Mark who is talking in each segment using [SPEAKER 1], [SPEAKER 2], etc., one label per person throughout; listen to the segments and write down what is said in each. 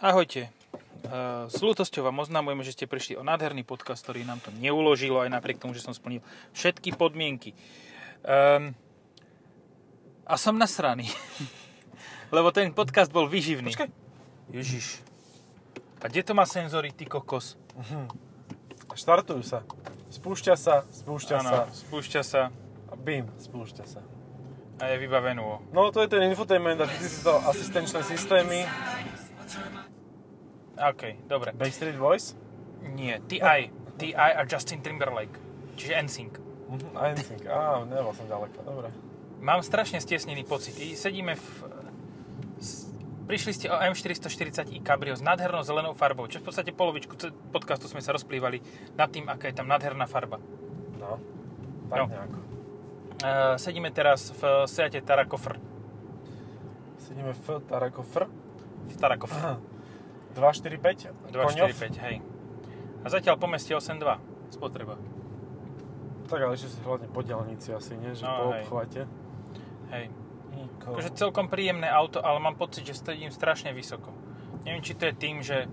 [SPEAKER 1] Ahojte. Eh, S ľútosťou vám oznamujeme, že ste prišli o nádherný podcast, ktorý nám to neuložilo, aj napriek tomu, že som splnil všetky podmienky. Um, a som nasraný. Lebo ten podcast bol vyživný.
[SPEAKER 2] Počkaj.
[SPEAKER 1] Ježiš. A kde to má senzory, ty kokos?
[SPEAKER 2] Štartujú sa. Spúšťa sa, spúšťa ano. sa.
[SPEAKER 1] Áno, spúšťa sa
[SPEAKER 2] A bim, spúšťa sa.
[SPEAKER 1] a je vybavenú.
[SPEAKER 2] No to je ten infotainment a vždy si to asistenčné systémy.
[SPEAKER 1] OK, dobre.
[SPEAKER 2] Backstreet Boys.
[SPEAKER 1] Nie, TI. TI a Justin Timberlake. Čiže NSYNC.
[SPEAKER 2] Mhm, A NSYNC. Á, nebol som ďaleko. Dobre.
[SPEAKER 1] Mám strašne stiesnený pocit. I sedíme v... s- Prišli ste o M440i Cabrio s nádhernou zelenou farbou, čo v podstate polovičku ce- podcastu sme sa rozplývali nad tým, aká je tam nádherná farba.
[SPEAKER 2] No. Tak
[SPEAKER 1] No.
[SPEAKER 2] no. nejako.
[SPEAKER 1] E, sedíme teraz v Seate Tara Kofr.
[SPEAKER 2] Sedíme v Tarako Fr.
[SPEAKER 1] V Tara Kofr.
[SPEAKER 2] 245.
[SPEAKER 1] 245, hej. A zatiaľ po meste 8.2 spotreba.
[SPEAKER 2] Tak ale ešte si hlavne po diálnici asi, nie? Že
[SPEAKER 1] No,
[SPEAKER 2] po
[SPEAKER 1] hej.
[SPEAKER 2] obchvate.
[SPEAKER 1] Hej.
[SPEAKER 2] Niko.
[SPEAKER 1] Akože celkom príjemné auto, ale mám pocit, že sedím strašne vysoko. Neviem, či to je tým, že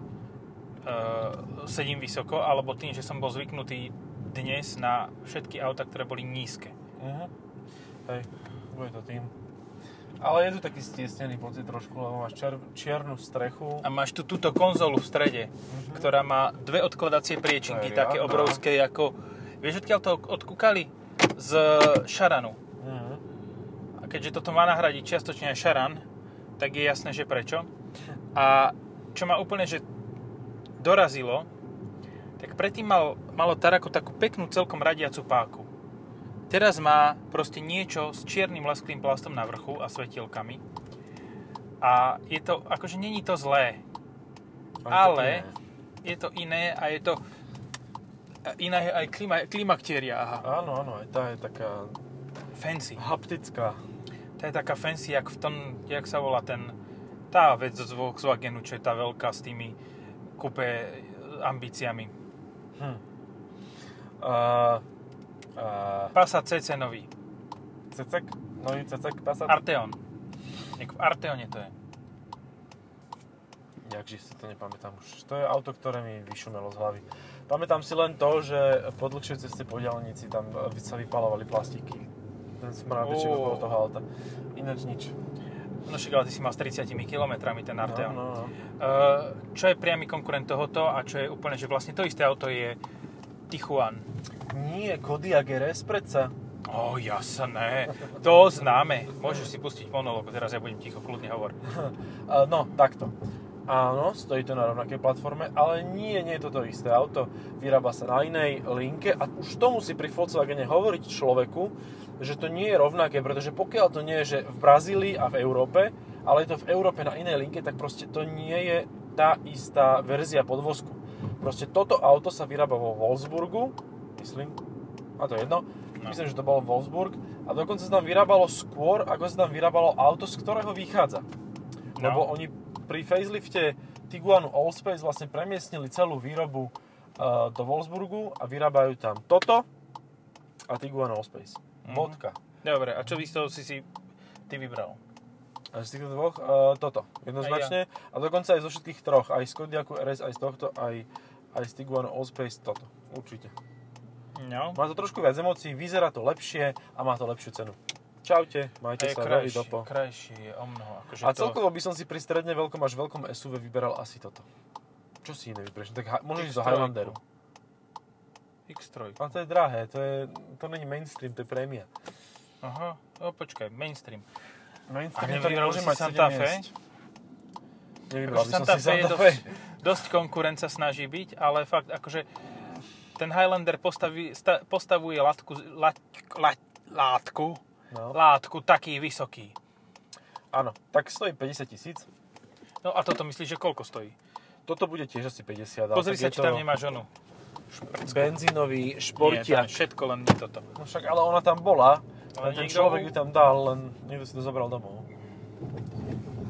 [SPEAKER 1] uh, sedím vysoko, alebo tým, že som bol zvyknutý dnes na všetky auta, ktoré boli nízke.
[SPEAKER 2] Mhm. Hej, bude to tým. Ale je tu taký stiesnený pocit trošku, lebo máš čer, čiernu strechu.
[SPEAKER 1] A máš tu túto konzolu v strede, ktorá má dve odkladacie priečinky,
[SPEAKER 2] Mhm. To je
[SPEAKER 1] také
[SPEAKER 2] riadna.
[SPEAKER 1] obrovské, ako... Vieš, odkiaľ to odkúkali? Z eh, Šaranu.
[SPEAKER 2] Mhm.
[SPEAKER 1] A keďže toto má nahradiť čiastočne aj Šaran, tak je jasné, že prečo. A čo ma úplne, že dorazilo, tak predtým mal, malo Tarako takú peknú celkom radiacu páku. Teraz má proste niečo s čiernym lesklým plastom na vrchu a svetielkami. A je to, akože není to zlé. Ale- Je to iné a je to... a Iná je aj klima, klimaktéria, aha.
[SPEAKER 2] Áno, áno, aj tá je taká
[SPEAKER 1] Fancy.
[SPEAKER 2] haptická.
[SPEAKER 1] To je taká fancy, jak v tom, jak sa volá ten, tá vec z Volkswagenu, čo je tá veľká s tými kupé ambíciami.
[SPEAKER 2] Hm. Uh, uh,
[SPEAKER 1] Passat CC nový,
[SPEAKER 2] cecek? Nový cecek Passat? Ar-
[SPEAKER 1] Arteon. Niek v Arteone to je.
[SPEAKER 2] Jakživ si to nepamätám už. To je auto, ktoré mi vyšumelo z hlavy. Pamätám si len to, že po dlhšej ceste po diaľnici tam e, sa vypalovali plastiky. Ten smradeček
[SPEAKER 1] Ó.
[SPEAKER 2] okolo toho auta. Ináč nič.
[SPEAKER 1] No však, ale ty si mal s 30 kilometrami ten Arteon.
[SPEAKER 2] No, no, no.
[SPEAKER 1] Eh, čo je priamy konkurent tohoto a čo je úplne, že vlastne to isté auto je Tichuan.
[SPEAKER 2] Nie, Kodiaq RS predsa.
[SPEAKER 1] O, oh, jasné, to známe. Môžeš si pustiť monolog, teraz ja budem ticho, kľudne hovor.
[SPEAKER 2] Uh, no, takto. Áno, stojí to na rovnakej platforme, ale nie, nie je to to isté auto. Vyrába sa na inej linke a už to musí pri Volkswagene hovoriť človeku, že to nie je rovnaké, pretože pokiaľ to nie je že v Brazílii a v Európe, ale je to v Európe na inej linke, tak proste to nie je tá istá verzia podvozku. Proste toto auto sa vyrába vo Wolfsburgu, myslím, a to je jedno,
[SPEAKER 1] No.
[SPEAKER 2] myslím, že to bol Wolfsburg, a dokonca sa tam vyrábalo skôr, ako sa tam vyrábalo auto, z ktorého vychádza.
[SPEAKER 1] No.
[SPEAKER 2] Lebo oni pri facelifte Tiguanu Allspace vlastne premiestnili celú výrobu eh, do Wolfsburgu a vyrábajú tam toto a Tiguan Allspace.
[SPEAKER 1] Mhm.
[SPEAKER 2] Mm-hmm. Bodka.
[SPEAKER 1] Dobre, a čo by z toho si si ty vybral?
[SPEAKER 2] A z týchto dvoch eh, toto, jednoznačne. A dokonca aj zo všetkých troch, aj z Kodiaqu RS, aj z tohto, aj, aj z Tiguanu Allspace toto. Určite.
[SPEAKER 1] No.
[SPEAKER 2] Má to trošku viac emócií, vyzerá to lepšie a má to lepšiu cenu. Čaute,
[SPEAKER 1] A
[SPEAKER 2] majte
[SPEAKER 1] je
[SPEAKER 2] sa,
[SPEAKER 1] krajší,
[SPEAKER 2] krajší, dopo.
[SPEAKER 1] krajší je o mnoho. Akože
[SPEAKER 2] A
[SPEAKER 1] to-
[SPEAKER 2] celkovo by som si pri stredne veľkom až veľkom SUV vyberal asi toto. Čo si iné vybereš? Tak ha- môžeš ísť do
[SPEAKER 1] X3.
[SPEAKER 2] Highlanderu.
[SPEAKER 1] X3.
[SPEAKER 2] A to je drahé, to, je, to není mainstream, to je prémia.
[SPEAKER 1] Aha, o, počkaj, mainstream.
[SPEAKER 2] Mainstream,
[SPEAKER 1] A
[SPEAKER 2] ktorý
[SPEAKER 1] nevyberal
[SPEAKER 2] môže
[SPEAKER 1] si
[SPEAKER 2] mať
[SPEAKER 1] Santa
[SPEAKER 2] 7
[SPEAKER 1] Fe?
[SPEAKER 2] miest. Nevyberal
[SPEAKER 1] Akože
[SPEAKER 2] by som
[SPEAKER 1] Santa
[SPEAKER 2] si
[SPEAKER 1] Fe je
[SPEAKER 2] Santa Fe.
[SPEAKER 1] dosť, dosť konkurent sa snaží byť, ale fakt akože ten Highlander postaví, sta, postavuje látku, lát, lát, látku,
[SPEAKER 2] No.
[SPEAKER 1] látku taký vysoký.
[SPEAKER 2] Áno, tak stojí 50 tisíc.
[SPEAKER 1] No a toto myslíš, že koľko stojí?
[SPEAKER 2] Toto bude tiež asi 50. ale
[SPEAKER 1] Pozri
[SPEAKER 2] No,
[SPEAKER 1] sa,
[SPEAKER 2] tak je
[SPEAKER 1] či
[SPEAKER 2] to
[SPEAKER 1] tam nemá ženu. tam je
[SPEAKER 2] Benzínový športiač.
[SPEAKER 1] všetko, len nie toto.
[SPEAKER 2] No však, ale ona tam bola.
[SPEAKER 1] Ale
[SPEAKER 2] Ale ten
[SPEAKER 1] niekto mu-
[SPEAKER 2] človek ju tam dal, len niekto si to zobral domov.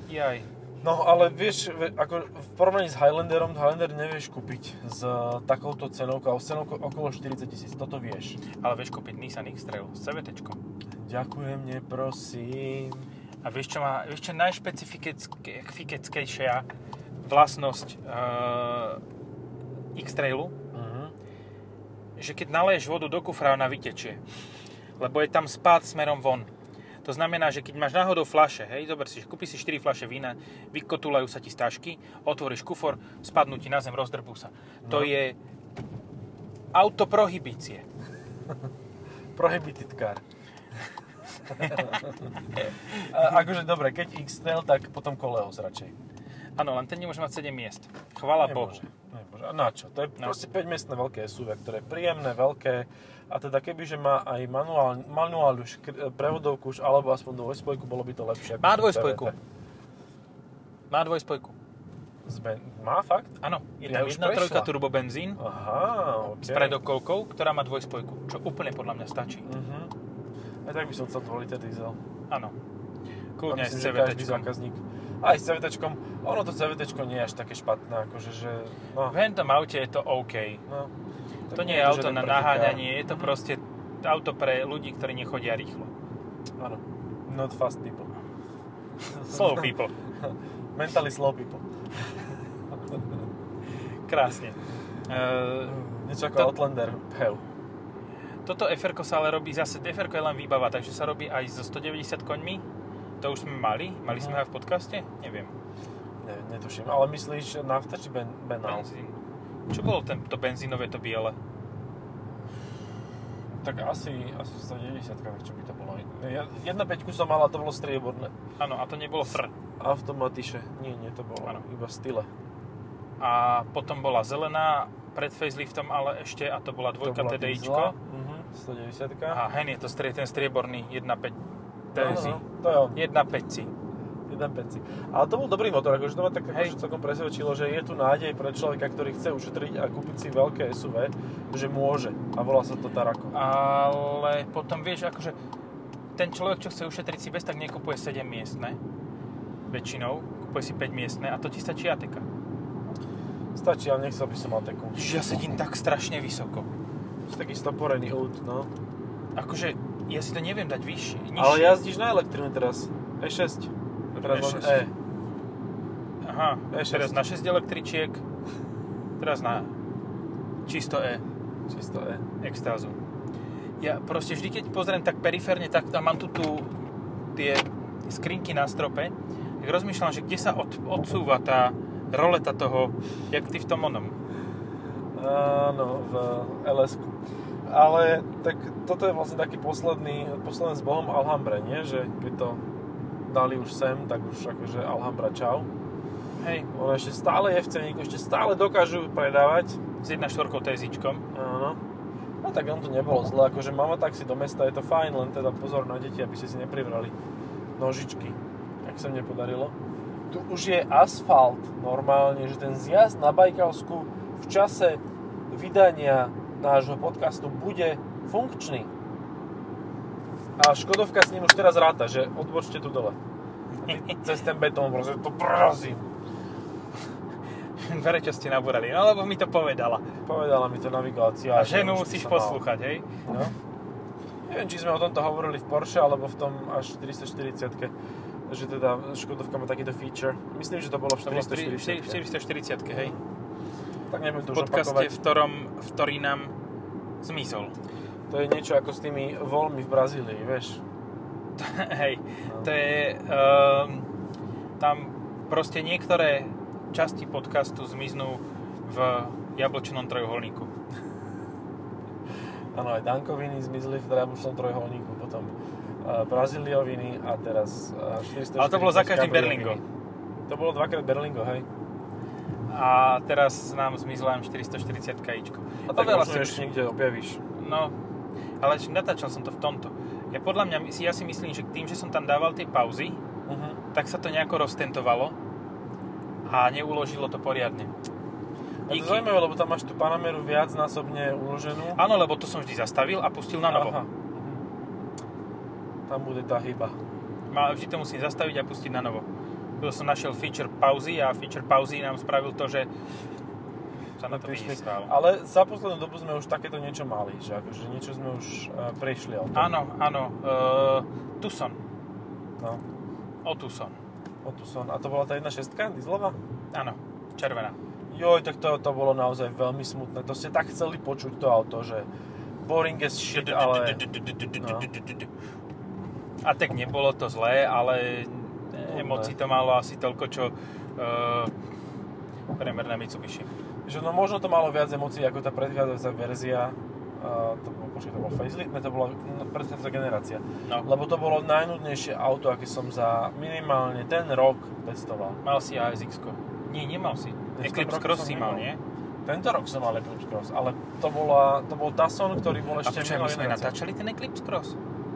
[SPEAKER 1] Jaj.
[SPEAKER 2] No ale vieš, ve- ako v porovnaní s Highlanderom, Highlander nevieš kúpiť s takouto cenovkou, a s cenovkou okolo 40 tisíc, toto vieš.
[SPEAKER 1] Ale vieš kúpiť Nissan X-Trail s CVT.
[SPEAKER 2] Ďakujem, neprosím.
[SPEAKER 1] A vieš, čo má, vieš, čo najšpecifickejšia vlastnosť uh, X-Trailu,
[SPEAKER 2] Mhm.
[SPEAKER 1] že keď naleješ vodu do kufra, ona vytečie. Lebo je tam spád smerom von. To znamená, že keď máš náhodou flaše, hej, dober si, že kúpi si 4 flaše vína, vykotulajú sa ti stážky, otvoríš kufor, spadnú ti na zem, rozdrbú sa. To
[SPEAKER 2] No.
[SPEAKER 1] je auto prohibície.
[SPEAKER 2] Prohibited car. A- akože dobre, keď X-Trail, tak potom Koleos radšej.
[SPEAKER 1] Áno, len ten nemôže mať 7 miest. Chvala Bohu.
[SPEAKER 2] Nemôže. Nemôže. A na čo? To je
[SPEAKER 1] No.
[SPEAKER 2] no. proste 5 miestne veľké SUV, ktoré je príjemné, veľké. A teda keby, že má aj manuál, manuál už kr- prevodovku už, alebo aspoň dvojspojku, bolo by to lepšie. ako
[SPEAKER 1] Má
[SPEAKER 2] ten
[SPEAKER 1] dvojspojku.
[SPEAKER 2] TVT.
[SPEAKER 1] Má dvojspojku.
[SPEAKER 2] Zmen- Má fakt?
[SPEAKER 1] Áno, je
[SPEAKER 2] Ja
[SPEAKER 1] tam
[SPEAKER 2] už
[SPEAKER 1] jedna trojka
[SPEAKER 2] prešla.
[SPEAKER 1] turbo benzín
[SPEAKER 2] Aha, ok.
[SPEAKER 1] s predokolkou, ktorá má dvojspojku, čo úplne podľa mňa stačí.
[SPEAKER 2] Mhm. Aj tak by som chcel 2 liter diesel.
[SPEAKER 1] Áno.
[SPEAKER 2] A
[SPEAKER 1] Kľudne aj s
[SPEAKER 2] myslím, že každý
[SPEAKER 1] CVTčkom.
[SPEAKER 2] zákazník. Aj s CVTčkom. Ono to CVTčko nie je až také špatné, akože, že... No,
[SPEAKER 1] V hentom aute je to OK.
[SPEAKER 2] no.
[SPEAKER 1] To
[SPEAKER 2] Tak
[SPEAKER 1] nie je auto
[SPEAKER 2] žiaden
[SPEAKER 1] na
[SPEAKER 2] pretekár.
[SPEAKER 1] naháňanie, je to proste auto pre ľudí, ktorí nechodia rýchlo.
[SPEAKER 2] Áno. Not fast people.
[SPEAKER 1] Slow people.
[SPEAKER 2] Mentally slow people.
[SPEAKER 1] Krásne. Eh,
[SPEAKER 2] Niečo ako
[SPEAKER 1] To-
[SPEAKER 2] Outlander. Heu.
[SPEAKER 1] toto fr sa ale robí zase, fr je len výbava, takže sa robí aj so 190 koňmi. To už sme mali, mali
[SPEAKER 2] Mhm.
[SPEAKER 1] sme ho aj v podcaste, neviem.
[SPEAKER 2] Ne, netuším, ale myslíš nafta či ben, benál?
[SPEAKER 1] Benzín. Čo bolo ten, to benzínové, to biele?
[SPEAKER 2] Tak asi, asi 190, tak čo by to bolo. Ja- Jedna peťku som mala, to bolo strieborné.
[SPEAKER 1] Áno, a to nebolo fr.
[SPEAKER 2] Automatiše. Nie, nie, to bolo
[SPEAKER 1] Áno.
[SPEAKER 2] iba style.
[SPEAKER 1] A potom bola zelená, pred faceliftom ale ešte, a to bola dvojka
[SPEAKER 2] to bola
[SPEAKER 1] TDIčko.
[SPEAKER 2] diesela. Mhm, 190.
[SPEAKER 1] A hen je to strie, ten strieborný 1.5 TSI.
[SPEAKER 2] no, to je on.
[SPEAKER 1] 1.5 si.
[SPEAKER 2] Jeden peci. Ale to bol dobrý motor, akože to ma tak
[SPEAKER 1] Hej.
[SPEAKER 2] akože celkom presvedčilo, že je tu nádej pre človeka, ktorý chce ušetriť a kúpiť si veľké SUV, že môže. A volá sa to Tarako.
[SPEAKER 1] Ale potom vieš, akože ten človek, čo chce ušetriť si bez, tak nekupuje 7 miestne. Väčšinou. Kupuje si 5 miestne a to ti stačí Ateka.
[SPEAKER 2] Stačí, ale nechcel by som mal takú.
[SPEAKER 1] Čiže ja sedím tak strašne vysoko.
[SPEAKER 2] Taký stoporený aut, no.
[SPEAKER 1] Akože ja si to neviem dať vyššie. Nižšie.
[SPEAKER 2] Ale jazdíš na elektrinu teraz. E6. Teraz E,
[SPEAKER 1] E6.
[SPEAKER 2] len E.
[SPEAKER 1] Aha,
[SPEAKER 2] E6.
[SPEAKER 1] teraz na 6 električiek, teraz na čisto E.
[SPEAKER 2] Čisto E.
[SPEAKER 1] extázu. Ja proste vždy, keď pozriem tak periférne, tak tam mám tu, tu tie skrinky na strope, tak rozmýšľam, že kde sa od, odsúva tá roleta toho, jak ty v tom onom.
[SPEAKER 2] Áno, v ls -ku. Ale tak toto je vlastne taký posledný, posledný s Bohom Alhambre, nie? Že keď to dali už sem, tak už akože Alhambra čau.
[SPEAKER 1] Hej,
[SPEAKER 2] Ono ešte stále je v ceníku, ešte stále dokážu predávať.
[SPEAKER 1] s 1.4 TSIčkom.
[SPEAKER 2] Áno. No tak on to nebolo zle, akože mama taxi do mesta je to fajn, len teda pozor na deti, aby ste si neprivrali nožičky, ak sa mne podarilo. Tu už je asfalt normálne, že ten zjazd na Bajkalsku v čase vydania nášho podcastu bude funkčný. A Škodovka s ním už teraz ráta, že odbočte tu dole. Cez ten betón, proste to prosím.
[SPEAKER 1] Verečo ste nabúrali, no lebo mi to povedala.
[SPEAKER 2] Povedala mi to navigácia.
[SPEAKER 1] A
[SPEAKER 2] že
[SPEAKER 1] ženu
[SPEAKER 2] už by
[SPEAKER 1] musíš
[SPEAKER 2] som mal.
[SPEAKER 1] poslúchať, hej?
[SPEAKER 2] No. Neviem, či sme o tomto hovorili v Porsche, alebo v tom až 440 že teda Škodovka má takýto feature. Myslím, že to bolo v
[SPEAKER 1] To bolo pri 440,
[SPEAKER 2] 440
[SPEAKER 1] hej.
[SPEAKER 2] Tak nebudem
[SPEAKER 1] V
[SPEAKER 2] to už
[SPEAKER 1] podcaste,
[SPEAKER 2] opakovať.
[SPEAKER 1] v ktorom, v ktorý nám zmizol.
[SPEAKER 2] To je niečo ako s tými volmi v Brazílii, vieš.
[SPEAKER 1] Hej,
[SPEAKER 2] No.
[SPEAKER 1] to je... Um, tam proste niektoré časti podcastu zmiznú v jablčnom trojuholníku.
[SPEAKER 2] Áno, aj Dankoviny zmizli v Drábušnom trojholníku, potom uh, Brazílioviny a teraz uh, 440
[SPEAKER 1] Ale to bolo za každým
[SPEAKER 2] Gabrieliny.
[SPEAKER 1] Berlingo.
[SPEAKER 2] To bolo dvakrát Berlingo, hej.
[SPEAKER 1] A teraz nám zmizla 440 kajíčko.
[SPEAKER 2] A tak možno ešte niekde objavíš.
[SPEAKER 1] No, ale či- natáčal som to v tomto. Ja podľa mňa, ja si myslím, že tým, že som tam dával tie pauzy,
[SPEAKER 2] Uh-huh.
[SPEAKER 1] tak sa to nejako roztentovalo a neuložilo to poriadne.
[SPEAKER 2] A to
[SPEAKER 1] Díky.
[SPEAKER 2] zaujímavé, lebo tam máš tú Panameru viacnásobne uloženú.
[SPEAKER 1] Áno, lebo to som vždy zastavil a pustil na novo.
[SPEAKER 2] Aha. Tam bude tá chyba.
[SPEAKER 1] Ma, vždy to musím zastaviť a pustiť na novo. Lebo som našiel feature pauzy a feature pauzy nám spravil to, že sa na to
[SPEAKER 2] Prišli.
[SPEAKER 1] vysralo.
[SPEAKER 2] Ale za poslednú dobu sme už takéto niečo mali, že akože niečo sme už uh, prešli o to.
[SPEAKER 1] Áno, áno. Uh, Tucson.
[SPEAKER 2] No,
[SPEAKER 1] O Tucson.
[SPEAKER 2] o tu som. A to bola tá jedna šestka, dieselová?
[SPEAKER 1] Áno. červená.
[SPEAKER 2] Joj, tak to, to bolo naozaj veľmi smutné. To ste tak chceli počuť to auto, že boring as shit, ale... No.
[SPEAKER 1] A tak nebolo to zlé, ale emócií to malo asi toľko, čo uh, priemerné Mitsubishi.
[SPEAKER 2] Že no možno to malo viac emócií ako tá predchádzajúca verzia. Uh, to bolo, počkej, to bol facelift, ne, to bola predchádzajúca generácia.
[SPEAKER 1] No.
[SPEAKER 2] Lebo to bolo najnudnejšie auto, aké som za minimálne ten rok testoval.
[SPEAKER 1] Mal si asx -ko. Nie, nemal si.
[SPEAKER 2] Ja
[SPEAKER 1] Eclipse
[SPEAKER 2] v tom roku
[SPEAKER 1] Cross
[SPEAKER 2] som
[SPEAKER 1] si mal,
[SPEAKER 2] nemal.
[SPEAKER 1] nie?
[SPEAKER 2] Tento rok som mal Eclipse Cross, ale to, bola, to bol Datsun, ktorý bol
[SPEAKER 1] A
[SPEAKER 2] ešte
[SPEAKER 1] počkaj, my
[SPEAKER 2] minulá
[SPEAKER 1] sme
[SPEAKER 2] generácia.
[SPEAKER 1] natáčali ten Eclipse Cross?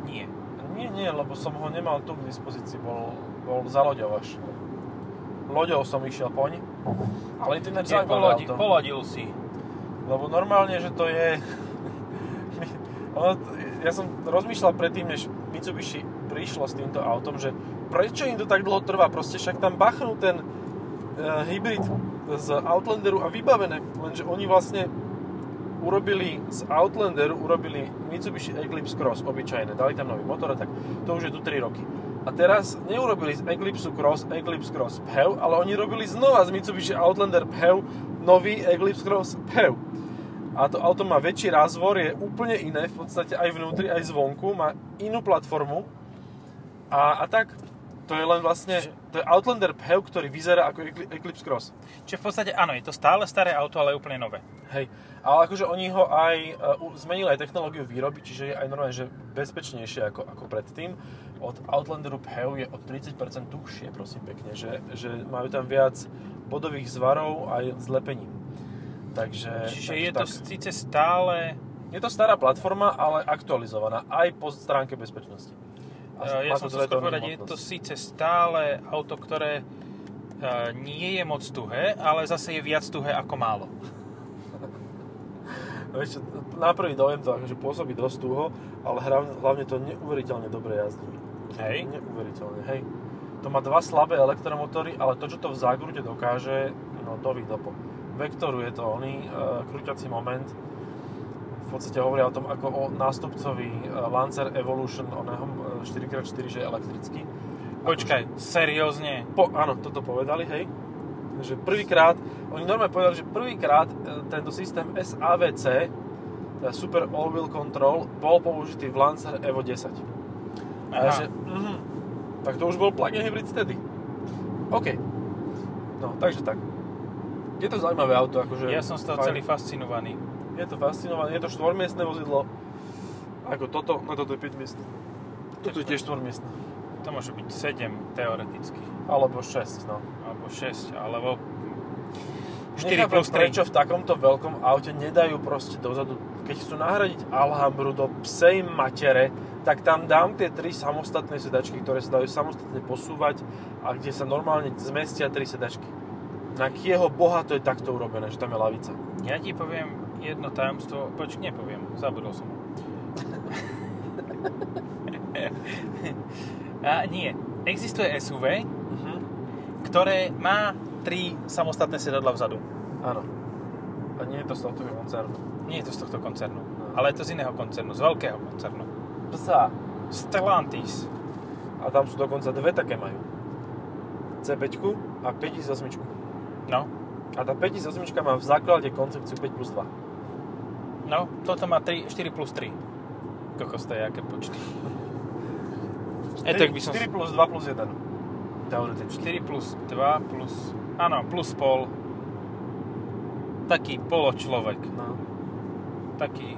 [SPEAKER 1] Nie.
[SPEAKER 2] Nie, nie, lebo som ho nemal tu k dispozícii, bol, bol za loďou až. Loďou som išiel poň, ale to ináč
[SPEAKER 1] Nie,
[SPEAKER 2] zaujímavé
[SPEAKER 1] polodi,
[SPEAKER 2] auto.
[SPEAKER 1] polodil si.
[SPEAKER 2] Lebo normálne, že to je... ono, t- ja som rozmýšľal predtým, než Mitsubishi prišlo s týmto autom, že prečo im to tak dlho trvá, proste však tam bachnú ten e, hybrid z Outlanderu a vybavené, lenže oni vlastne urobili z Outlanderu, urobili Mitsubishi Eclipse Cross, obyčajné, dali tam nový motor a tak, to už je tu 3 roky. A teraz neurobili z Eclipse Cross, Eclipse Cross PHEV, ale oni robili znova z Mitsubishi Outlander PHEV nový Eclipse Cross E PHEV. A to auto má väčší razvor, je úplne iné, v podstate aj vnútri, aj zvonku, má inú platformu. A, a tak, to je len vlastne, to je Outlander PHEV, ktorý vyzerá ako Ecli- Eclipse Cross.
[SPEAKER 1] Čiže v podstate áno, je to stále staré auto, ale je úplne nové.
[SPEAKER 2] Hej, ale akože oni ho aj uh, u- zmenili aj technológiu výroby, čiže je aj normálne, že bezpečnejšie ako, ako predtým. Od Outlanderu PHEV je o 30% tuhšie, prosím pekne, že, že majú tam viac bodových zvarov aj s lepením. Takže,
[SPEAKER 1] Čiže
[SPEAKER 2] takže
[SPEAKER 1] je to
[SPEAKER 2] tak.
[SPEAKER 1] síce stále...
[SPEAKER 2] je to stará platforma, ale aktualizovaná aj po stránke bezpečnosti.
[SPEAKER 1] e,
[SPEAKER 2] má
[SPEAKER 1] ja som chcel skôr
[SPEAKER 2] dve tóny
[SPEAKER 1] povedať, je to
[SPEAKER 2] hmotnosti.
[SPEAKER 1] síce stále auto, ktoré e, nie je moc tuhé, ale zase je viac tuhé ako málo.
[SPEAKER 2] Vieš čo, na prvý dojem to akože pôsobí dosť túho, ale hra- hlavne to neuveriteľne dobre jazdí.
[SPEAKER 1] Hej.
[SPEAKER 2] Neuveriteľne, hej. To má dva slabé elektromotory, ale to, čo to v Zagrute dokáže, no to dopo. Vektoru je to oný, e, krúťací moment. V podstate hovoria o tom ako o nástupcovi e, Lancer Evolution, oného e, 4x4, že je elektrický.
[SPEAKER 1] Počkaj, seriózne.
[SPEAKER 2] Po, áno, toto povedali, hej. Že prvýkrát, oni normálne povedali, že prvýkrát e, tento systém SAVC, teda Super All Wheel Control, bol použitý v Lancer Evo 10. A ja,
[SPEAKER 1] Aha.
[SPEAKER 2] že, mhm, tak to už bol plug-in hybrid vtedy. OK. No, takže tak. Je to zaujímavé auto, akože...
[SPEAKER 1] Ja som z toho
[SPEAKER 2] fajn.
[SPEAKER 1] celý fascinovaný.
[SPEAKER 2] Je to fascinované, je to štvormiestne vozidlo. Ako toto, no toto je 5 miestne. Toto je tiež štvormiestne.
[SPEAKER 1] To môže byť 7 teoreticky.
[SPEAKER 2] Alebo 6, no.
[SPEAKER 1] Alebo 6, alebo 4
[SPEAKER 2] Nechápem,
[SPEAKER 1] plus 3.
[SPEAKER 2] prečo v takomto veľkom aute nedajú proste dozadu, keď chcú nahradiť Alhambru do psej matere, tak tam dám tie tri samostatné sedačky, ktoré sa dajú samostatne posúvať a kde sa normálne zmestia tri sedačky. Na kieho boha to je takto urobené, že tam je lavica.
[SPEAKER 1] Ja ti poviem jedno tajomstvo, poč, nepoviem, zabudol som. ho. A nie, existuje SUV,
[SPEAKER 2] Mhm.
[SPEAKER 1] ktoré má tri samostatné sedadla vzadu.
[SPEAKER 2] Áno. A nie je to z tohto koncernu.
[SPEAKER 1] Nie je to z tohto koncernu, ale je to z iného koncernu, z veľkého koncernu.
[SPEAKER 2] Psa.
[SPEAKER 1] Stellantis.
[SPEAKER 2] A tam sú dokonca dve také majú. C5 a 5
[SPEAKER 1] No,
[SPEAKER 2] A tá 5 má v základe koncepciu 5 plus 2.
[SPEAKER 1] no, toto má 3, 4 plus 3. Kokos to je, aké počty. E, tak by som...
[SPEAKER 2] 4 plus 2 plus 1. Teoreticky.
[SPEAKER 1] 4 plus 2 plus... Áno, plus pol. Taký poločlovek.
[SPEAKER 2] No.
[SPEAKER 1] Taký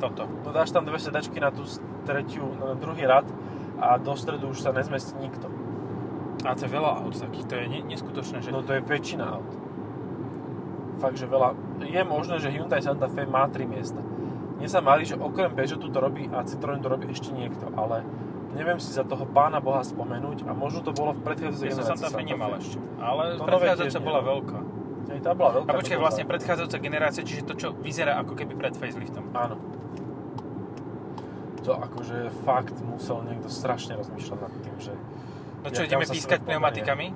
[SPEAKER 1] toto.
[SPEAKER 2] no dáš tam dve sedačky na tú tretiu, na druhý rad a do stredu už sa nezmestí nikto.
[SPEAKER 1] A to je veľa aut takých, to je ne- neskutočné, že...
[SPEAKER 2] No to je väčšina aut. Fakt, že veľa. Je možné, že Hyundai Santa Fe má 3 miesta. Mne sa mali, že okrem Peugeotu to robí a Citroën to robí ešte niekto, ale neviem si za toho pána Boha spomenúť a možno to bolo v predchádzajúcej
[SPEAKER 1] ja som Santa Fe nemal ešte. Ale
[SPEAKER 2] To nové
[SPEAKER 1] predchádzajúca
[SPEAKER 2] tiež
[SPEAKER 1] bola
[SPEAKER 2] nemá.
[SPEAKER 1] veľká.
[SPEAKER 2] Aj tá bola veľká.
[SPEAKER 1] A počkaj,
[SPEAKER 2] to bola-
[SPEAKER 1] vlastne predchádzajúca generácia, čiže to, čo vyzerá ako keby pred faceliftom.
[SPEAKER 2] Áno. To akože fakt musel niekto strašne rozmýšľať nad tým, že...
[SPEAKER 1] No čo,
[SPEAKER 2] Ja
[SPEAKER 1] ideme
[SPEAKER 2] tam sa
[SPEAKER 1] pískať
[SPEAKER 2] svet
[SPEAKER 1] pneumatikami?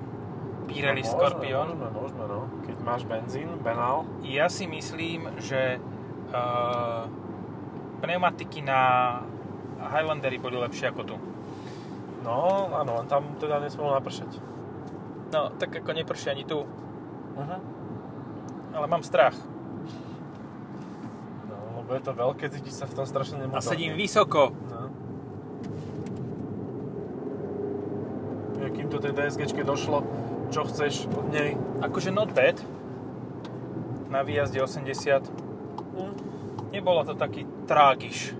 [SPEAKER 1] Pirelli
[SPEAKER 2] No,
[SPEAKER 1] Scorpion.
[SPEAKER 2] Možno, možno, no. Keď máš benzín, benál.
[SPEAKER 1] Ja si myslím, že uh, pneumatiky na Highlandery boli lepšie ako tu.
[SPEAKER 2] No, áno, len tam teda nesmelo napršať.
[SPEAKER 1] No, tak ako neprší ani tu.
[SPEAKER 2] Uh-huh.
[SPEAKER 1] ale mám strach.
[SPEAKER 2] No, lebo je to veľké, cíti sa v tom
[SPEAKER 1] A
[SPEAKER 2] strašne nemotorne.
[SPEAKER 1] sedím vysoko.
[SPEAKER 2] No. Ja, Kým to tej DSG došlo, čo chceš od nej.
[SPEAKER 1] Akože not bad. Na výjazde 80. Mhm. Nebolo to taký trágiš.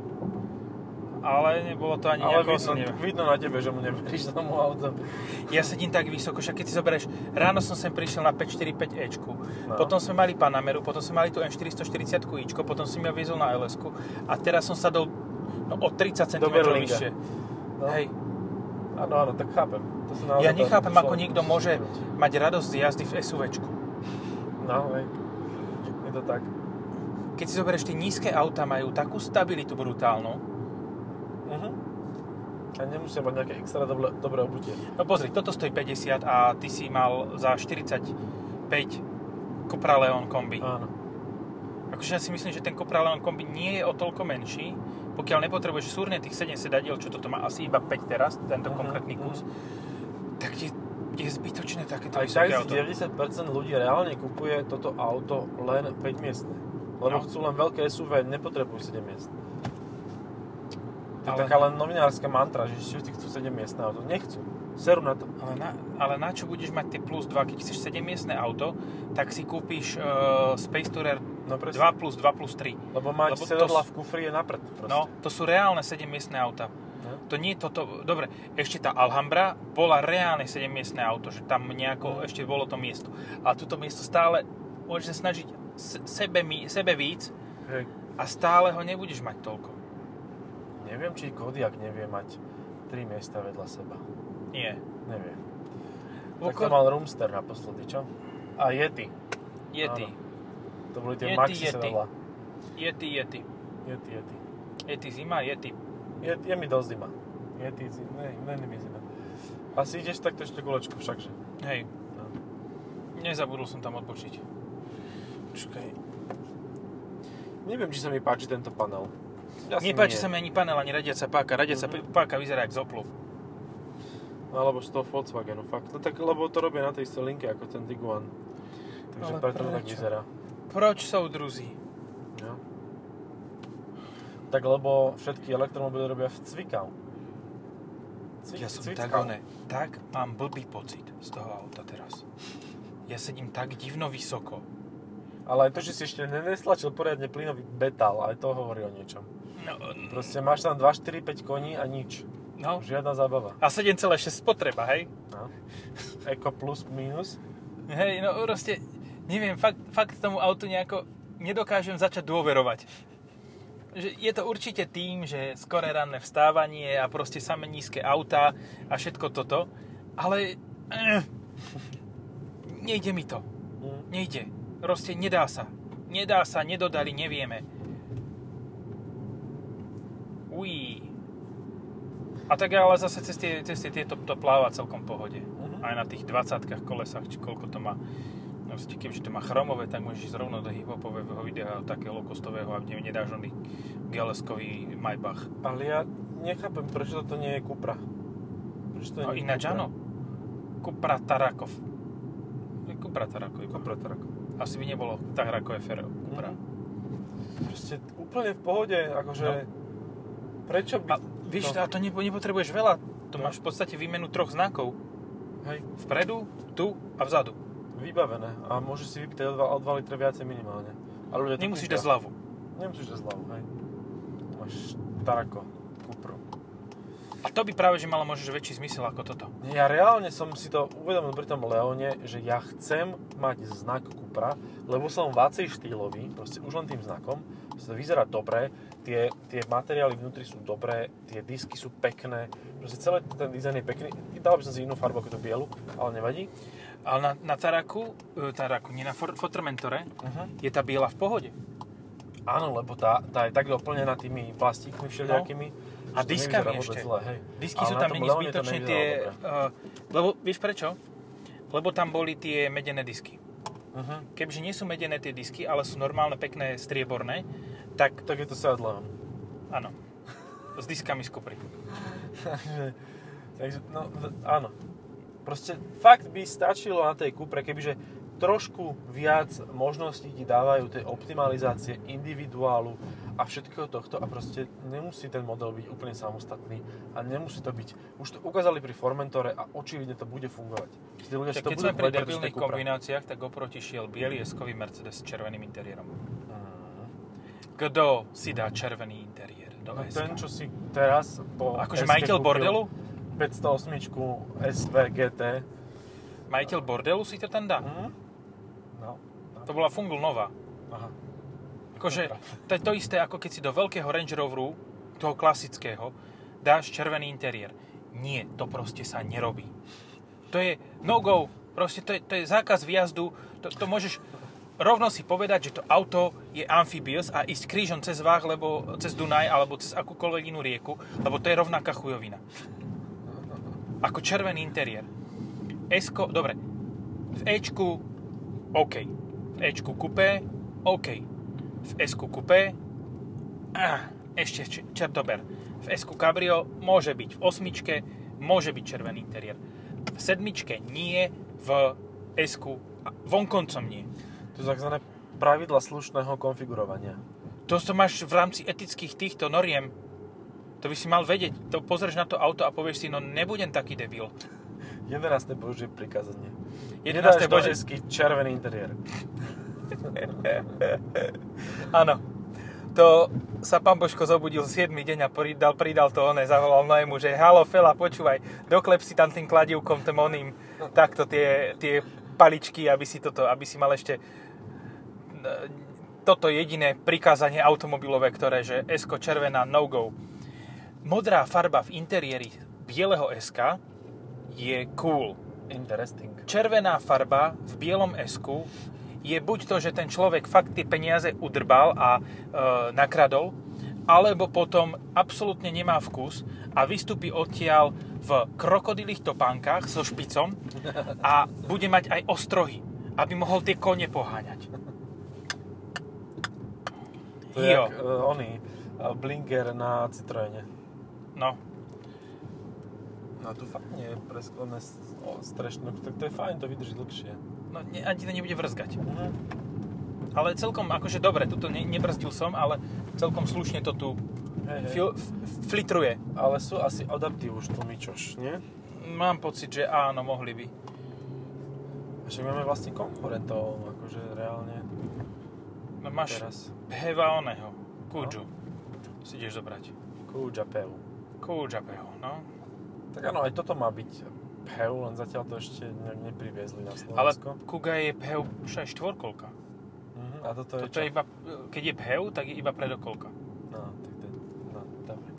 [SPEAKER 1] Ale nebolo to ani nejako
[SPEAKER 2] Ale vidno,
[SPEAKER 1] oslnivé.
[SPEAKER 2] vidno na tebe, že mu neveríš tomu auto.
[SPEAKER 1] Ja sedím tak vysoko, však keď si zoberieš, ráno som sem prišiel na 545 ečku, no.
[SPEAKER 2] No.
[SPEAKER 1] potom sme mali Panameru, potom sme mali tu M440 ičko, potom si ma viezol na ls a teraz som sadol no, o 30 cm
[SPEAKER 2] Berlinga.
[SPEAKER 1] vyššie.
[SPEAKER 2] No.
[SPEAKER 1] Hej,
[SPEAKER 2] Áno, áno, tak chápem. To sa naozaj
[SPEAKER 1] ja
[SPEAKER 2] dá-
[SPEAKER 1] nechápem,
[SPEAKER 2] človek
[SPEAKER 1] ako niekto
[SPEAKER 2] musí
[SPEAKER 1] môže
[SPEAKER 2] stíhať.
[SPEAKER 1] mať radosť z jazdy v SUVčku.
[SPEAKER 2] No, hej. Je to tak.
[SPEAKER 1] Keď si zoberieš, tie nízke auta majú takú stabilitu brutálnu.
[SPEAKER 2] Mhm. A nemusia mať nejaké extra doble, dobré obutie.
[SPEAKER 1] No pozri, toto stojí 50 a ty si mal za 45 Cupra Leon kombi.
[SPEAKER 2] Áno.
[SPEAKER 1] Akože ja si myslím, že ten Cupra Leon kombi nie je o toľko menší, pokiaľ nepotrebuješ súrne tých 7 sedadiel, čo toto má asi iba 5 teraz, tento
[SPEAKER 2] Mhm,
[SPEAKER 1] konkrétny
[SPEAKER 2] mhm.
[SPEAKER 1] kus, tak je, je zbytočné takéto
[SPEAKER 2] Aj
[SPEAKER 1] vysoké
[SPEAKER 2] tak si
[SPEAKER 1] auto.
[SPEAKER 2] 90% ľudí reálne kupuje toto auto len 5 miestne.
[SPEAKER 1] No.
[SPEAKER 2] Lebo chcú len veľké SUV, nepotrebujú 7 miest. To je
[SPEAKER 1] Ale-
[SPEAKER 2] taká len novinárska mantra, že všetci chcú 7 miestne auto. Nechcú. Seru na to.
[SPEAKER 1] Ale na, ale na čo budeš mať tie plus 2? Keď chceš 7 miestne auto, tak si kúpiš e, Space Tourer
[SPEAKER 2] No
[SPEAKER 1] 2
[SPEAKER 2] presne.
[SPEAKER 1] plus 2 plus 3.
[SPEAKER 2] Lebo mať
[SPEAKER 1] Lebo to
[SPEAKER 2] sedadla
[SPEAKER 1] s-
[SPEAKER 2] v kufri je na prd. Proste.
[SPEAKER 1] No, to sú reálne 7 miestne auta.
[SPEAKER 2] No.
[SPEAKER 1] To nie je toto... Dobre, ešte tá Alhambra bola reálne 7 miestne auto, že tam
[SPEAKER 2] Mm.
[SPEAKER 1] nejako ešte bolo to miesto. A toto miesto stále môžeš sa snažiť se- sebe, mi- sebe víc
[SPEAKER 2] Hej.
[SPEAKER 1] a stále ho nebudeš mať toľko.
[SPEAKER 2] Neviem, či Kodiak nevie mať 3 miesta vedľa seba.
[SPEAKER 1] Nie.
[SPEAKER 2] Neviem. Tak to
[SPEAKER 1] Voko,
[SPEAKER 2] mal Roomster naposledy, čo? A Yeti.
[SPEAKER 1] Yeti.
[SPEAKER 2] áno. To boli tie
[SPEAKER 1] Yeti,
[SPEAKER 2] maxi
[SPEAKER 1] Yeti.
[SPEAKER 2] sedadla.
[SPEAKER 1] Yeti, Yeti.
[SPEAKER 2] Yeti, Yeti.
[SPEAKER 1] Yeti zima, Yeti.
[SPEAKER 2] Je, je mi dosť zima. Je ty, zi- ne, ne, ne mi zima. Asi ideš takto ešte kulečku všakže.
[SPEAKER 1] Hej.
[SPEAKER 2] No.
[SPEAKER 1] Nezabudol som tam odbočiť.
[SPEAKER 2] Čakaj. Neviem, či sa mi páči tento panel. Asi
[SPEAKER 1] Nepáči
[SPEAKER 2] nie.
[SPEAKER 1] sa mi ani panel, ani radiaca páka. Radiaca
[SPEAKER 2] Mhm.
[SPEAKER 1] mm-hmm. páka vyzerá jak zoplu.
[SPEAKER 2] No, Alebo z toho Volkswagenu, fakt. No tak, lebo to robia na tej istej linke ako ten Tiguan. Takže
[SPEAKER 1] Ale
[SPEAKER 2] preto to tak
[SPEAKER 1] prečo?
[SPEAKER 2] vyzerá.
[SPEAKER 1] Proč sú druzí?
[SPEAKER 2] No. Tak lebo všetky elektromobily robia v cvikau. Cvik,
[SPEAKER 1] Ja som
[SPEAKER 2] cvikau.
[SPEAKER 1] tak, one, tak mám blbý pocit z toho auta teraz. Ja sedím tak divno vysoko.
[SPEAKER 2] Ale aj to, že si ešte nenestlačil poriadne plynový betál, aj to hovorí o niečom.
[SPEAKER 1] No,
[SPEAKER 2] Proste máš tam 2, 4, 5 koní a nič.
[SPEAKER 1] no.
[SPEAKER 2] Žiadna zábava.
[SPEAKER 1] A 7,6 spotreba, hej?
[SPEAKER 2] No. Eko plus minus.
[SPEAKER 1] Hej, no proste, neviem, fakt, fakt tomu autu nejako nedokážem začať dôverovať. Že je to určite tým, že skoré ranné vstávanie a proste same nízke autá a všetko toto, ale eh, nejde mi to.
[SPEAKER 2] Mm.
[SPEAKER 1] Nejde. Proste nedá sa. Nedá sa, nedodali, nevieme. Uí. A tak ale zase cez tie, cez tie tieto to pláva celkom v pohode.
[SPEAKER 2] Mhm.
[SPEAKER 1] Aj na tých 20 kolesách, či koľko to má. No proste, keďže to má chromové, tak môžeš ísť rovno do hiphopového videa takého lokostového, a kde nedáš oný geleskový Maybach.
[SPEAKER 2] Ale ja nechápem, prečo to nie je Cupra. Prečo to
[SPEAKER 1] No
[SPEAKER 2] nie je
[SPEAKER 1] ináč
[SPEAKER 2] Cupra?
[SPEAKER 1] áno. Cupra Tarakov. Cupra Tarakov. iba.
[SPEAKER 2] Cupra Tarako.
[SPEAKER 1] Asi by nebolo Tarakov FR Cupra.
[SPEAKER 2] Mhm. Proste úplne v pohode, akože...
[SPEAKER 1] No.
[SPEAKER 2] Prečo by...
[SPEAKER 1] A vieš,
[SPEAKER 2] to...
[SPEAKER 1] a to nepo- nepotrebuješ veľa. To
[SPEAKER 2] No.
[SPEAKER 1] máš v podstate výmenu troch znakov.
[SPEAKER 2] Hej,
[SPEAKER 1] Vpredu, tu a vzadu.
[SPEAKER 2] vybavené. A môže si vypiť o 2, o 2 litre viacej minimálne. A ľudia to
[SPEAKER 1] Nemusíš
[SPEAKER 2] kúpia.
[SPEAKER 1] dať zľavu.
[SPEAKER 2] Nemusíš dať zľavu, hej. Máš Tarako. Cupru.
[SPEAKER 1] A to by práve, že malo možno že väčší zmysel ako toto.
[SPEAKER 2] Ja reálne som si to uvedomil pri tom Leone, že ja chcem mať znak Cupra, lebo som vácej štýlový, proste už len tým znakom, proste to vyzerá dobre, tie, tie materiály vnútri sú dobré, tie disky sú pekné, proste celý ten dizajn je pekný. Dal by som si inú farbu ako tú bielu, ale nevadí.
[SPEAKER 1] Ale na, na Taraku, e, Taraku, nie na For, Fortrementore,
[SPEAKER 2] Uh-huh.
[SPEAKER 1] je tá biela v pohode.
[SPEAKER 2] Áno, lebo tá, tá je tak doplnená tými plastíkmi všelijakými.
[SPEAKER 1] No. A
[SPEAKER 2] že to
[SPEAKER 1] diskami
[SPEAKER 2] nevyzerá vôbec
[SPEAKER 1] ešte.
[SPEAKER 2] Zle, hej.
[SPEAKER 1] Disky
[SPEAKER 2] Ale
[SPEAKER 1] sú
[SPEAKER 2] na
[SPEAKER 1] tam
[SPEAKER 2] tom
[SPEAKER 1] není
[SPEAKER 2] Leone to
[SPEAKER 1] zbytočne
[SPEAKER 2] nevyzeralo
[SPEAKER 1] tie...
[SPEAKER 2] dobre.
[SPEAKER 1] Uh, lebo, vieš prečo? Lebo tam boli tie medené disky.
[SPEAKER 2] Uh-huh.
[SPEAKER 1] Keďže nie sú medené tie disky, ale sú normálne pekné strieborné, tak
[SPEAKER 2] Tak je to no. sedadlo.
[SPEAKER 1] áno, s diskami z Kupry.
[SPEAKER 2] Takže, takže, no, d- áno. Proste fakt by stačilo na tej Cupre, kebyže trošku viac možností ti dávajú tej optimalizácie individuálu a všetkého tohto a proste nemusí ten model byť úplne samostatný a nemusí to byť. Už to ukázali pri Formentore a očividne to bude fungovať. Tí ľudia
[SPEAKER 1] Čiže
[SPEAKER 2] si to
[SPEAKER 1] keď
[SPEAKER 2] budú
[SPEAKER 1] sme pri
[SPEAKER 2] kúpať, pretože to je
[SPEAKER 1] debilných
[SPEAKER 2] Cupra.
[SPEAKER 1] kombináciách, tak oproti šiel biely eskový Mercedes s červeným interiérom.
[SPEAKER 2] Mm.
[SPEAKER 1] Kto si dá červený interiér do
[SPEAKER 2] No
[SPEAKER 1] SK?
[SPEAKER 2] ten, čo si teraz po
[SPEAKER 1] Akože
[SPEAKER 2] SK
[SPEAKER 1] majiteľ
[SPEAKER 2] kúpil
[SPEAKER 1] bordelu?
[SPEAKER 2] 508 SV GT.
[SPEAKER 1] Majiteľ bordelu si to tam dá.
[SPEAKER 2] Mm. No.
[SPEAKER 1] To bola Fungul nová.
[SPEAKER 2] Aha.
[SPEAKER 1] Akože to je to isté, ako keď si do veľkého Range Roveru, toho klasického, dáš červený interiér. Nie, to proste sa nerobí. To je no-go, proste to je, to je zákaz výjazdu, to, to môžeš rovno si povedať, že to auto je amphibious a ísť krížom cez Váh, lebo cez Dunaj, alebo cez akúkoľvek inú rieku, lebo to je rovnaká chujovina. Ako červený interiér. Esko, dobre, v Ečku, OK. V Ečku kupé, OK. V S-ku kupé, ah, ešte č- čertober. V S-ku cabrio môže byť v osmičke, môže byť červený interiér. V sedmičke nie, v S-ku a vonkoncom nie.
[SPEAKER 2] To sú tzv. pravidla slušného konfigurovania.
[SPEAKER 1] To, to máš v rámci etických týchto noriem, to by si mal vedieť. To pozrieš na to auto a povieš si, no nebudem taký debil.
[SPEAKER 2] 11. božie prikázanie.
[SPEAKER 1] 11.
[SPEAKER 2] Nedáš do
[SPEAKER 1] bože,
[SPEAKER 2] esky červený interiér.
[SPEAKER 1] Áno. To sa pán Božko zobudil 7 deň a pridal, pridal to oné, zavolal Noému, že halo Fela, počúvaj, doklep si tam tým kladivkom, tým oným, takto tie, tie paličky, aby si, toto, aby si mal ešte e, toto jediné prikázanie automobilové, ktoré, že S červená, no go. Modrá farba v interiéri bieleho SK je cool
[SPEAKER 2] Interesting.
[SPEAKER 1] červená farba v bielom esku je buď to, že ten človek fakt tie peniaze udrbal a e, nakradol, alebo potom absolútne nemá vkus a vystúpi odtiaľ v krokodilých topánkach so špicom a bude mať aj ostrohy, aby mohol tie kone poháňať.
[SPEAKER 2] To je
[SPEAKER 1] Jo,
[SPEAKER 2] jak, uh, oný, uh, blinker na Citroene.
[SPEAKER 1] no,
[SPEAKER 2] No tu fakt nie je presklené s- o, strešno, tak to je fajn, to vydrží dlhšie.
[SPEAKER 1] no ne, ani to nebude vrzgať.
[SPEAKER 2] Mhm.
[SPEAKER 1] Ale celkom, akože dobre, tuto ne, nebrzdil som, ale celkom slušne to tu
[SPEAKER 2] Hej, hej.
[SPEAKER 1] fil, f, flitruje.
[SPEAKER 2] Ale sú asi adaptív už tlmičoš, nie?
[SPEAKER 1] Mám pocit, že áno, mohli by.
[SPEAKER 2] A Však máme vlastne konkurentov, akože reálne
[SPEAKER 1] No máš
[SPEAKER 2] teraz. No.
[SPEAKER 1] Peva oného, Kudžu. Si ideš zobrať.
[SPEAKER 2] Kuja Peu.
[SPEAKER 1] Kudža Peho, no.
[SPEAKER 2] Tak áno, aj toto má byť Peu, len zatiaľ to ešte nejak nepriviezli na
[SPEAKER 1] Ale
[SPEAKER 2] Slovensko.
[SPEAKER 1] Kuga je Peho už aj štvorkolka.
[SPEAKER 2] Mhm, a toto je
[SPEAKER 1] Toto je
[SPEAKER 2] čo?
[SPEAKER 1] iba, keď je Pehu, tak je iba predokolka.
[SPEAKER 2] No, tak to je... No, dobre.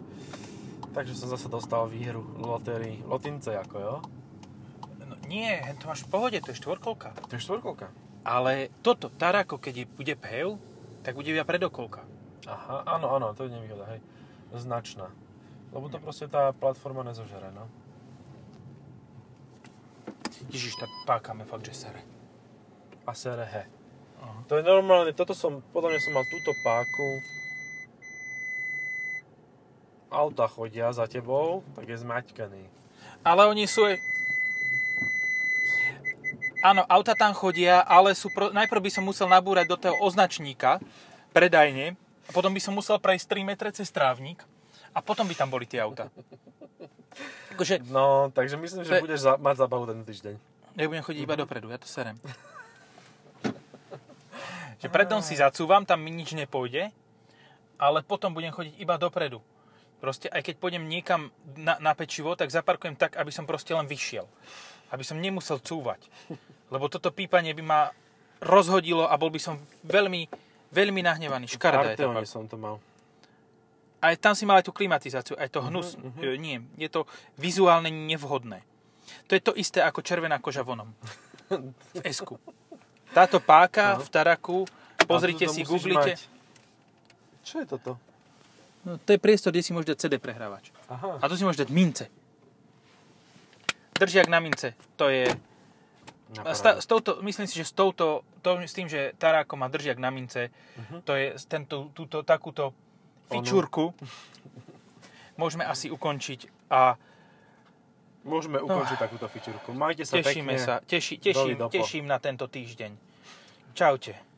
[SPEAKER 2] Takže som zase dostal výhru lotérii. Lotince ako, jo?
[SPEAKER 1] No nie, hen to máš v pohode, to je štvorkolka.
[SPEAKER 2] To je štvorkolka.
[SPEAKER 1] Ale toto, Tarako, keď je, bude Pehu, tak bude iba predokolka.
[SPEAKER 2] Aha, áno, áno, to je nevýhoda, hej. Značná. Lebo to proste tá platforma nezožere, no.
[SPEAKER 1] Ježiš, tak pákame fakt, že sere.
[SPEAKER 2] A sere, he.
[SPEAKER 1] Aha.
[SPEAKER 2] To je normálne, toto som, podľa mňa som mal túto páku. Auta chodia za tebou, tak je zmaťkaný.
[SPEAKER 1] Ale oni sú... aj- Áno, auta tam chodia, ale sú pro... najprv by som musel nabúrať do toho označníka predajne, a potom by som musel prejsť 3 metre cez trávnik a potom by tam boli tie auta. Akože
[SPEAKER 2] No, takže myslím,
[SPEAKER 1] To
[SPEAKER 2] že
[SPEAKER 1] je-
[SPEAKER 2] budeš za, mať zabavu ten týždeň.
[SPEAKER 1] ja budem chodiť iba dopredu, ja to serem. Že predom si zacúvam, tam mi nič nepôjde, ale potom budem chodiť iba dopredu. Proste aj keď pôjdem niekam na, na pečivo, tak zaparkujem tak, aby som proste len vyšiel. Aby som nemusel cúvať. Lebo toto pípanie by ma rozhodilo a bol by som veľmi, veľmi nahnevaný. Škaredá je to.
[SPEAKER 2] Arteone som to mal.
[SPEAKER 1] Aj tam si mal aj tú klimatizáciu, aj
[SPEAKER 2] Mhm,
[SPEAKER 1] to hnus. E, Nie, je to vizuálne nevhodné. To je to isté ako červená koža vonom. V esku. Táto páka v Taraku, pozrite
[SPEAKER 2] A toto
[SPEAKER 1] si,
[SPEAKER 2] musíš
[SPEAKER 1] googlite.
[SPEAKER 2] mať. Čo je toto?
[SPEAKER 1] No, to je priestor, kde si môžeš dať CD prehrávač.
[SPEAKER 2] Aha.
[SPEAKER 1] A tu si môžeš dať mince. Držiak na mince, to je...
[SPEAKER 2] Na
[SPEAKER 1] S, ta, s touto, myslím si, že s, touto, to, s tým, že Taráko má držiak na mince,
[SPEAKER 2] Mhm.
[SPEAKER 1] to je s tento, túto, takúto fičúrku, môžeme asi ukončiť a
[SPEAKER 2] Môžeme ukončiť takúto fičurku. Majte No. sa
[SPEAKER 1] Tešíme
[SPEAKER 2] pekne.
[SPEAKER 1] sa. Teši, teším,
[SPEAKER 2] Doli dopo.
[SPEAKER 1] teším na tento týždeň. Čaute.